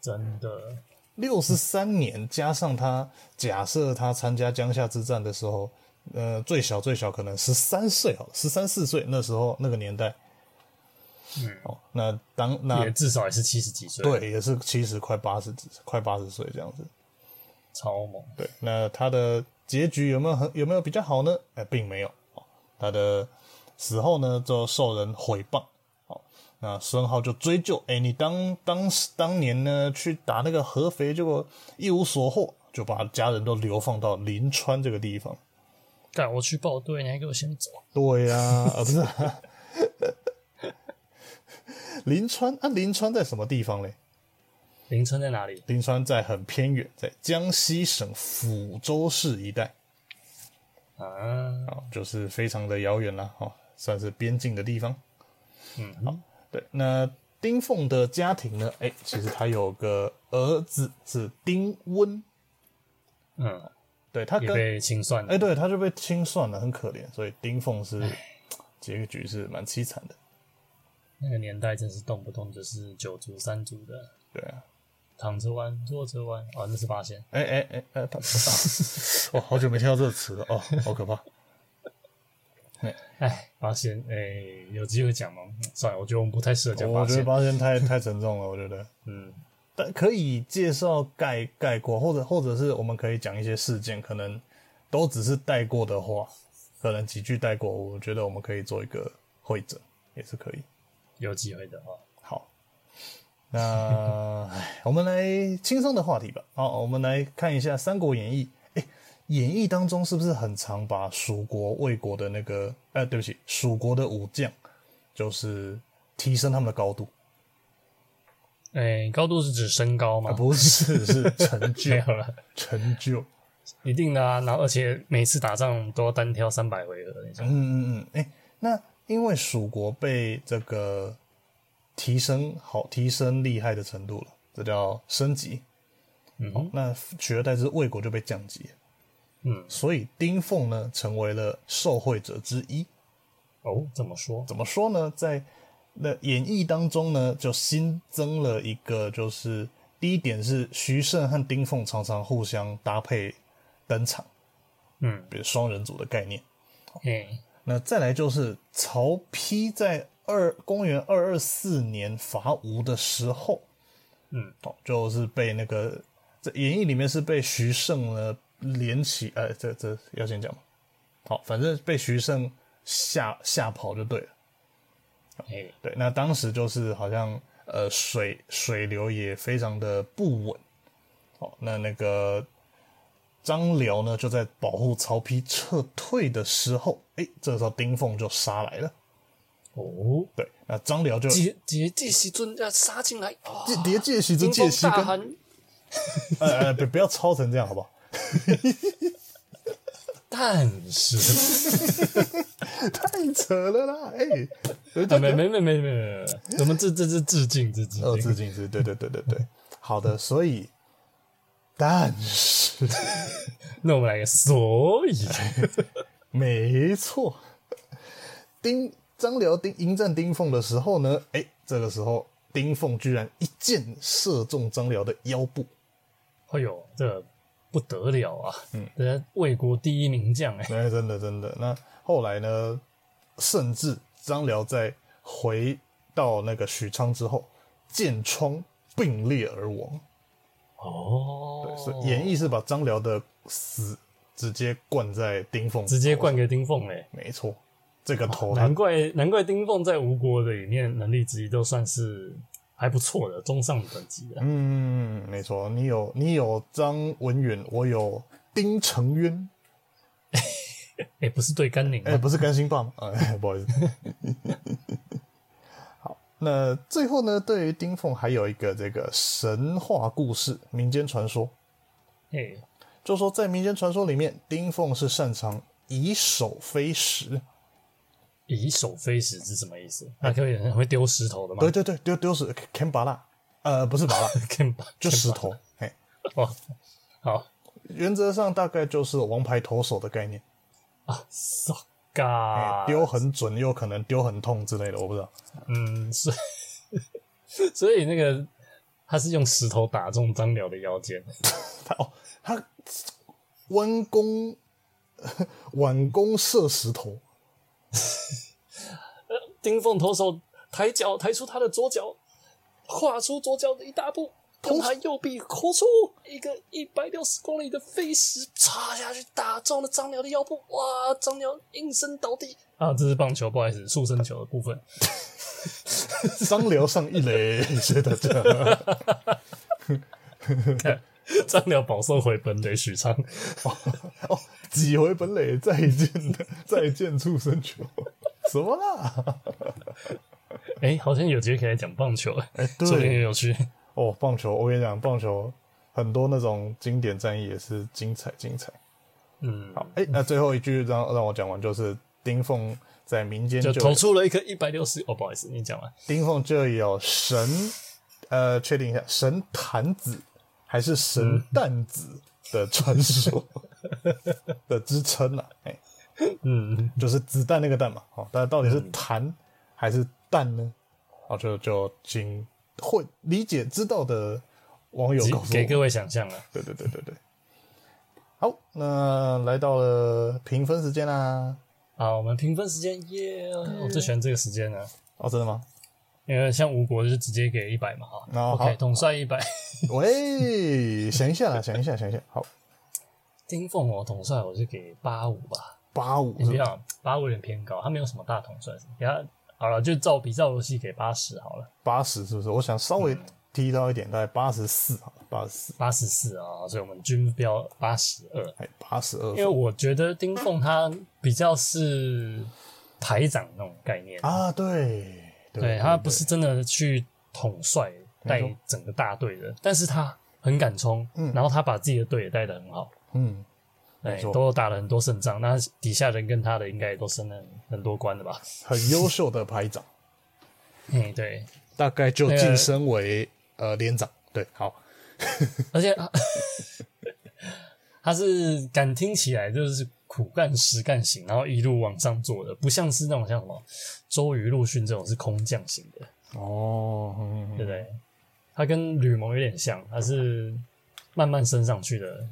A: 真的，
B: 六十三年加上他，假设他参加江夏之战的时候，呃，最小最小可能十三岁好了，十三四岁那时候那个年代，
A: 嗯，
B: 哦，那当那
A: 也至少也是七十几岁，，
B: 对，也是七十快八十，快八十岁这样子。
A: 超猛。
B: 对，那他的结局有没有很有没有比较好呢？哎、并没有。哦他的死后呢，就受人毁谤。哦，那孙浩就追究，哎、你当当时当年呢去打那个合肥，结果一无所获，就把家人都流放到临川这个地方。
A: 干，我去报队，你还给我先走。
B: 对呀、啊， 不是、啊。临川 啊，临川在什么地方嘞？
A: 林村在哪里？
B: 临川在很偏远，在江西省抚州市一带。
A: 啊，
B: 啊，就是非常的遥远啦，哦，算是边境的地方。
A: 嗯哼，
B: 对，那丁奉的家庭呢？哎、其实他有个儿子是丁温，
A: 嗯，
B: 对他
A: 也
B: 跟哎、
A: 被清算了。
B: 对，他就被清算了，很可怜，所以丁奉是结局是蛮凄惨的。
A: 那个年代真是动不动就是九族三族的，
B: 对啊，
A: 躺着玩，坐着玩，啊，那是八仙。
B: 哎哎哎 哎，他，啊我、好久没听到这个词了，哦，好可怕。
A: 哎，八仙，哎、有机会讲吗？嗯算了，我觉得我们不太适合讲
B: 哦我
A: 八
B: 觉得
A: 仙。
B: 八仙太太沉重了，我觉 得。
A: 嗯，
B: 但可以介绍概概括，或者或者是我们可以讲一些事件，可能都只是带过的话，可能几句带过，我觉得我们可以做一个会诊，也是可以。
A: 有机会的话，
B: 好，那 唉我们来轻松的话题吧。好，我们来看一下《三国演义》。哎，演义当中是不是很常把蜀国、魏国的那个，呃，对不起，蜀国的武将，就是提升他们的高度
A: 哎、高度是指身高吗？
B: 啊？不 是，是成就
A: 没，有了，
B: 成就。
A: 一定的啊。然后而且每次打仗都要单挑三百回合那种。
B: 嗯嗯嗯，哎、那因为蜀国被这个提升好、提升厉害的程度了，这叫升级。
A: 嗯哼，
B: 那取而代之，魏国就被降级，
A: 嗯，
B: 所以丁奉呢成为了受惠者之一。
A: 哦，怎么说？
B: 怎么说呢？在那演义当中呢，就新增了一个，就是第一点是徐盛和丁奉常常互相搭配登场，
A: 嗯，
B: 比如双人组的概念。
A: 哎、
B: 那再来就是曹丕在二公元二二四年伐吴的时候，
A: 嗯，
B: 哦，就是被那个这演义里面是被徐盛呢连起，呃，这这要先讲吗？好，反正被徐盛吓吓跑就对了。
A: 哎、
B: 对，那当时就是好像呃水水流也非常的不稳。哦，那那个张辽呢，就在保护曹丕撤退的时候，哎、这时候丁奉就杀来了。
A: 哦，
B: 对，那张辽就
A: 结结界时阵要杀进来，哇！
B: 叠界时之
A: 金
B: 界
A: 风
B: 隙
A: 大
B: 跟
A: 喊
B: 呃呃，不不要抄成这样，好不好？
A: 但是，
B: 太扯了啦！哎、人
A: 啊没没没没没没，没我们这这是致敬，这致
B: 呃，
A: 敬。
B: 致敬是，对对对对对，好的，所以，但是，
A: 那我们来个，所以
B: 没错，丁张辽丁迎战丁奉的时候呢，哎、这个时候丁奉居然一箭射中张辽的腰部，
A: 哎呦，这不得了啊！嗯，人家魏国第一名将哎、
B: 哎、真的真的。那后来呢，甚至张辽在回到那个许昌之后，箭疮并裂而亡。
A: 哦，
B: 对，所以演义是把张辽的死直接灌在丁奉，
A: 直接哦灌给丁奉哎、
B: 没错，这个头他
A: 难怪难怪丁奉在吴国的里面能力值都算是还不错的中上等级的。
B: 嗯，没错，你有你有张文远，我有丁承渊，
A: 哎、不是对甘宁吗、
B: 哎、不是甘心霸吗？哎， 不好意思。好，那最后呢，对于丁奉还有一个这个神话故事、民间传说，
A: 哎、
B: 就说在民间传说里面，丁奉是擅长以手飞石，
A: 以手飞石是什么意思？那可以很会丢石头的吗？
B: 对对对，丢丢石砍拔蜡，呃，不是拔蜡，
A: 看吧，
B: 就石头，哎，
A: 哦，好
B: 原则上大概就是王牌投手的概念，
A: 啊，so
B: 哎
A: a
B: 丢很准又可能丢很痛之类的，我不知道。
A: 嗯，所以 所以那个他是用石头打中张辽的腰间，
B: 他哦，他弯 弓挽弓射石头，
A: 丁奉投手抬脚抬出他的左脚，跨出左脚的一大步，用他右臂抠出一个一百六十公里的飞石，插下去打中了张辽的腰部，哇！张辽应声倒地。啊，这是棒球，不好意思，速生球的部分。
B: 张辽上一垒，是的，这样哦
A: 张辽保送回本垒许昌，
B: 哦，几回本垒，再见的，再见畜生球，什么啦？
A: 哎、好像有节可以来讲棒球， 哎、
B: 对
A: 说不定也有趣。
B: 哦，棒球，我跟你讲，棒球很多那种经典战役也是精彩精彩。
A: 嗯，
B: 好，哎、那最后一句让让我讲完，就是丁奉在民间
A: 就
B: 就
A: 投出了一颗一百六十，哦，不好意思，你讲完。
B: 丁奉就有神，呃，确定一下，神坛子还是
A: 嗯
B: 神蛋子的传说 的支撑啊，哎、
A: 嗯，
B: 就是子弹那个蛋嘛，哦，但到底是坛还是蛋呢？哦，就就请会理解知道的网友
A: 给
B: 告诉
A: 给各
B: 我，
A: 位想象啊了。
B: 对对对对对。好，那来到了评分时间啦。
A: 好，我们评分时间耶我最喜欢这个时间啊了、
B: 哦，真 的吗？
A: 因为像吴国就是直接给一百嘛哈、
B: 哦
A: o
B: 好
A: k 统帅一百，
B: 喂，想一下啦，想一下，想一下。好，
A: 丁凤我统帅我是给八五吧，
B: 八五
A: 你
B: 是
A: 不
B: 吧
A: 要八五有点偏高，他没有什么大统帅，给他好了就照比照游戏给八十好了，
B: 八十是不是？我想稍
A: 嗯
B: 微提高一点，大概八十四好了，八十四
A: 八十四啊，所以我们均标八十二，
B: 还八十二
A: 因为我觉得丁凤他比较是排长那种概念，
B: 啊？对
A: 对他不是真的去统帅带
B: 没错
A: 整个大队的，但是他很敢冲，然后他把自己的队也带得很好，
B: 嗯，
A: 哎
B: 没，错
A: 都打了很多胜仗，那底下人跟他的应该也都升了很多官的 吧？
B: 很优秀的排长，
A: 哎，对，啊
B: 大概就
A: 那个
B: 晋升为呃连长。对，好，
A: 而且 他他是敢听起来就是苦干实干型，然后一路往上做的，不像是那种像什么周瑜、陆逊这种是空降型的，
B: 哦，
A: 对不对？他跟吕蒙有点像，他是慢慢升上去的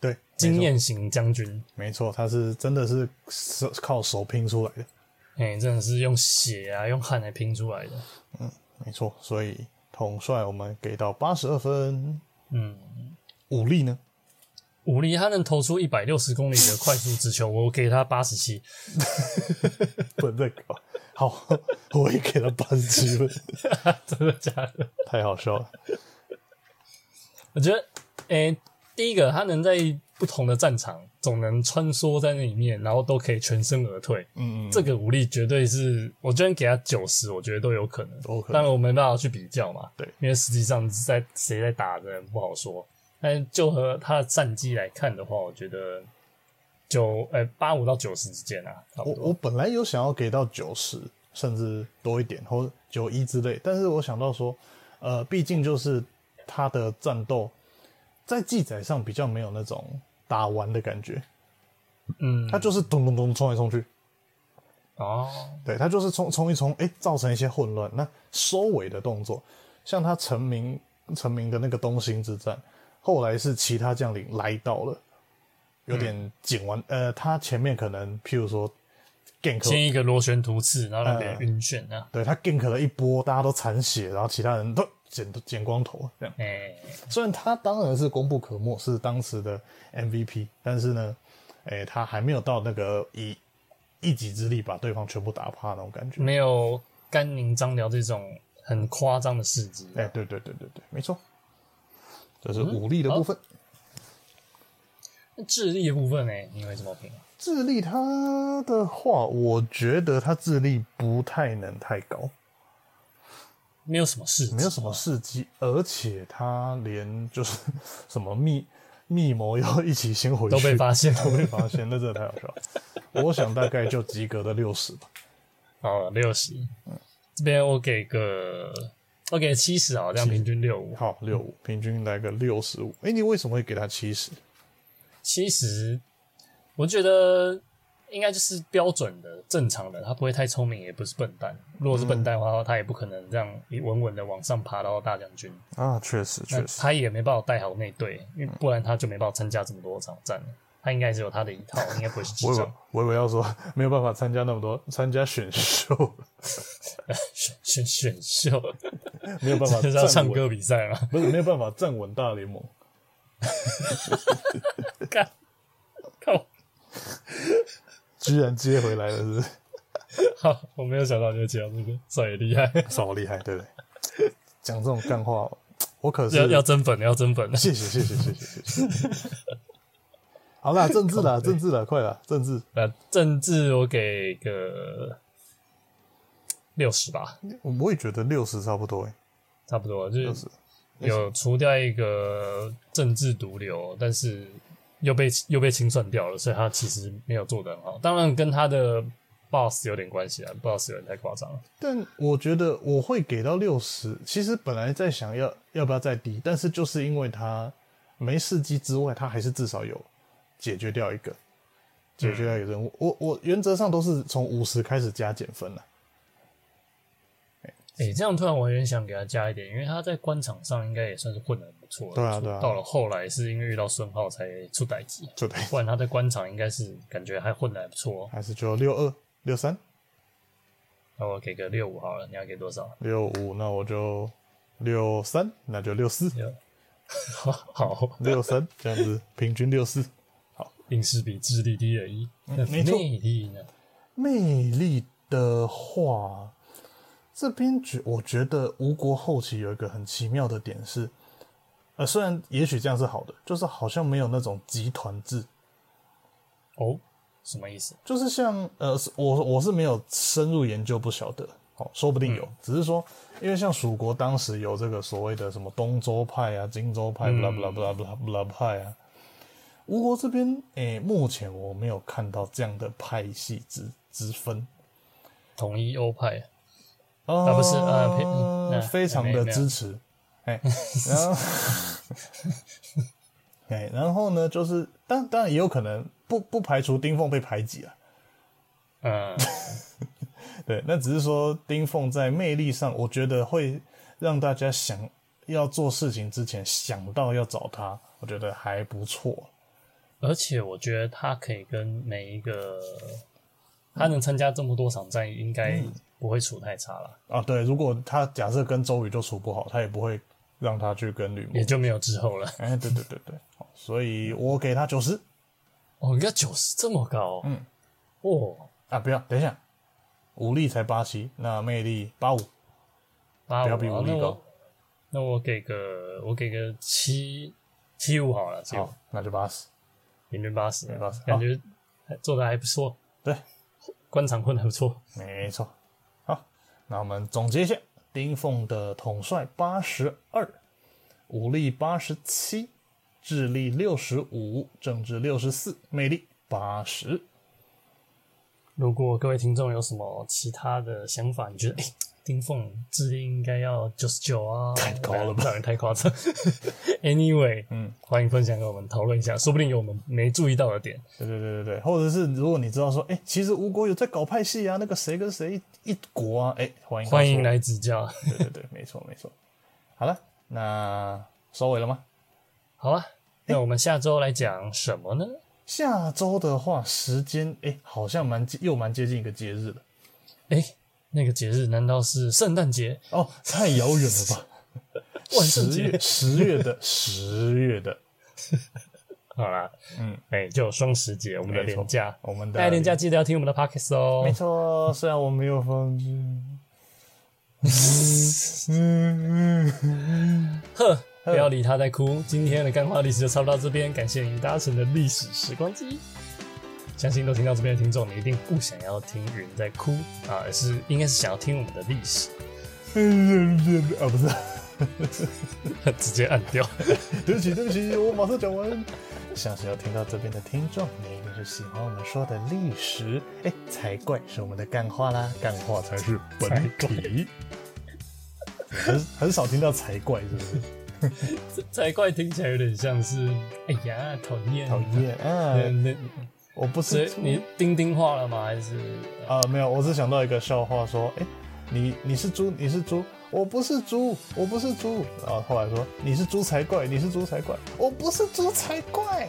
B: 对，
A: 经验型将军，
B: 没错，他是真的是手靠手拼出来的，
A: 哎、真的是用血啊、用汗来拼出来的。
B: 没错。所以统帅我们给到八十二分，
A: 嗯，
B: 武力呢？
A: 武力他能投出一百六十公里的快速直球，我给他八十七。
B: 不能再搞。好， 我也给他扳机了，
A: 真的假的？
B: 太好笑了。
A: 我觉得，诶、第一个他能在不同的战场总能穿梭在那里面，然后都可以全身而退，
B: 嗯嗯，
A: 这个武力绝对是我居然给他九十，我觉得都有可能。
B: 都有可能
A: 当然我没办法去比较嘛，
B: 对
A: 因为实际上是在谁在打的不好说。但就和他的战绩来看的话，我觉得九呃八五到九十之间啊，差
B: 我
A: 不多。
B: 我本来有想要给到九十，甚至多一点，或九一之类，但是我想到说，呃，毕竟就是他的战斗在记载上比较没有那种打完的感觉，
A: 嗯，
B: 他就是咚咚咚冲来冲去，
A: 哦，
B: 对他就是冲冲一冲，哎、造成一些混乱。那收尾的动作，像他成名成名的那个东兴之战，后来是其他将领来到了，有点紧完、呃，他前面可能譬如说 gank
A: 先一个螺旋突刺，然后让
B: 嗯
A: 别人晕眩啊，
B: 对他 gank 了一波，大家都残血，然后其他人都剪剪光头这样。
A: 哎、
B: 虽然他当然是功不可没，是当时的 MVP，但是呢，哎、他还没有到那个以一己之力把对方全部打趴那种感觉。
A: 没有甘宁张辽这种很夸张的事迹、
B: 哎、对对对对对，没错，这是武力的部分。
A: 嗯那智力的部分呢、你会怎么评啊？
B: 智力他的话，我觉得他智力不太能太高，
A: 没有什么事，
B: 没有什么
A: 啊
B: 事迹，而且他连就是 什么密密谋要一起先回去
A: 都被发现
B: 都被发现，那真的太好笑了。我想大概就及格的六十吧。
A: 哦，六十。这边我给个，我给七十啊，这样平均六五。
B: 好，六五，平均来个六十五。哎，你为什么会给他七十？
A: 七十，我觉得应该就是标准的正常人，他不会太聪明，也不是笨蛋。如果是笨蛋的
B: 嗯
A: 话，他也不可能这样一稳稳的往上爬到大将军。
B: 啊，确实，
A: 那他也没办法带好内队，因为不然他就没办法参加这么多场战了。他应该是有他的一套，应该不会是智
B: 我以为
A: 障
B: 我以为要说没有办法参加那么多 参加选秀，
A: 选选选秀，
B: 没有办法
A: 就是要
B: 站
A: 唱
B: 稳，
A: 歌比赛嘛。
B: 不是没有办法站稳大联盟。
A: 干，靠！
B: 居然接回来了，是不是？
A: 好，我没有想到你会讲这个，这也厉害。
B: 少厉害，对不对？讲这种干话，我可是
A: 要要增粉的，要增粉的。
B: 谢谢谢谢谢谢谢谢。 好啦，政治啦，政治啦，快啦，政治。
A: 呃，政治我给个六十吧，
B: 我我也觉得六十差不多哎、
A: 差不多就
B: 六
A: 是
B: 十。
A: 有除掉一个政治毒瘤，但是又被又被清算掉了，所以他其实没有做得很好。当然跟他的 boss 有点关系啊，boss 有点太夸张了。
B: 但我觉得我会给到六十。其实本来在想要要不要再低，但是就是因为他没事迹之外，他还是至少有解决掉一个，解决掉一个任务。我我原则上都是从五十开始加减分了。
A: 诶、这样突然我有点想给他加一点，因为他在官场上应该也算是混得很不错了。
B: 对啊对啊
A: 到了后来是因为遇到孙浩才出歹机，
B: 就对，
A: 不然他在官场应该是感觉还混得还不错、哦。
B: 还是就六二六三。
A: 那我给个六五好了，你要给多少？
B: 六五，那我就六三，那就六四，
A: 六，好好，
B: 六三这样子，平均六四。
A: 硬是比智力低了一。那
B: 嗯没错
A: 魅力呢？
B: 魅力的话，这边觉我觉得吴国后期有一个很奇妙的点是，呃，虽然也许这样是好的，就是好像没有那种集团制，
A: 哦，什么意思？
B: 就是像呃，是我我是没有深入研究，不晓得，哦，说不定有，只是说，因为像蜀国当时有这个所谓的什么东周派啊、荆州派，不啦不啦不啦不啦不啦派啊，吴国这边，诶、目前我没有看到这样的派系之之分，
A: 统一欧派
B: 啊
A: 不是呃呸嗯嗯
B: 非常
A: 没有
B: 的
A: 没有
B: 支持，哎、然后，哎、然后 呢，就是，当当然也有可能不不排除丁奉被排挤啊。
A: 嗯，
B: 对，那只是说丁奉在魅力上，我觉得会让大家想要做事情之前想到要找他，我觉得还不错。
A: 而且我觉得他可以跟每一个，他能参加这么多场战役，应该不会处太差了，
B: 啊，对，如果他假设跟周瑜就处不好，他也不会让他去跟吕
A: 也
B: 蒙。
A: 就没有之后了。
B: 哎，对对对对，好所以我给他九十
A: 哦，人家九十这么高，嗯，哦，
B: 啊，不要，等一下，武力才八七，那魅力八五，
A: 八
B: 不
A: 五
B: 要比
A: 啊
B: 武，
A: 那
B: 力高
A: 我。那我给个我给个七七五好了，七五
B: 好，那就八十。
A: 平均八十
B: 80，
A: 感觉还做的还不错，
B: 对，
A: 官场混的不错。
B: 没错。好，那我们总结一下：丁奉的统帅八十二，武力八十七，智力六十五，政治六十四，魅力八十。
A: 如果各位听众有什么其他的想法，你觉得哎、诶丁凤智力应该要九十九啊，
B: 太高了吧
A: 让人太夸张。anyway，
B: 嗯，
A: 欢迎分享给我们讨论一下，说不定有我们没注意到的点。
B: 对对对对对，或者是如果你知道说，哎、其实吴国有在搞派系啊，那个谁跟谁一国啊，哎、欢迎告诉我
A: 欢迎。来指教。
B: 对对对，没错没错。好了，那收尾了吗？
A: 好啊，那我们下周来讲什么呢？
B: 下周的话，时间哎、好像蛮接又蛮接近一个节日了。
A: 哎、那个节日难道是圣诞节？
B: 哦，太遥远了吧？
A: 万圣节
B: 十月十月的十月的，
A: 好啦，
B: 嗯，
A: 哎、就有双十节，我们的
B: 没错
A: 廉价，
B: 我们的
A: 大家廉价记得要听我们的 podcast 哦
B: 没。错，虽然我没有放弃。嗯嗯嗯
A: 呵， 不要理他在哭。今天的干话历史就差不多到这边，感谢您搭乘的历史时光机。相信都听到这边的听众，你一定不想要听云在哭啊，而是应该是想要听我们的历史，
B: 嗯嗯啊，不是。
A: 直接按掉。
B: 对不起，对不起，我马上讲完。像是要听到这边的听众，你一定是喜欢我们说的历史，哎，才怪是我们的干话啦，干话才是本体。很很少听到才怪，是不 是？
A: 这才怪听起来有点像是，哎呀，讨厌，
B: 讨。厌啊！
A: 那
B: 我不
A: 所
B: 是
A: 以你钉钉化了吗？还是
B: 啊、没有，我只想到一个笑话，说，哎，你你是猪，你是猪，我不是猪，我不是猪。然后后来说，你是猪才怪，你是猪才怪，我不是猪才怪。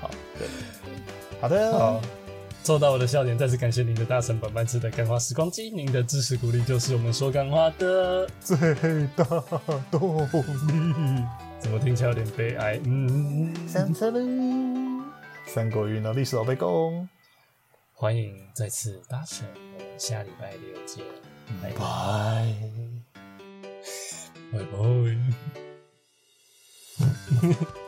B: 好，对，好的，
A: 好受到我的笑点，再次感谢您的大神本班次的干花时光机，您的支持鼓励就是我们说干花的
B: 最大动力。
A: 怎么听起来有点悲哀？嗯，
B: 三车路，三国遇到历史老背公，
A: 欢迎再次搭乘，我们下礼拜六见，拜拜
B: 拜。
A: 拜拜。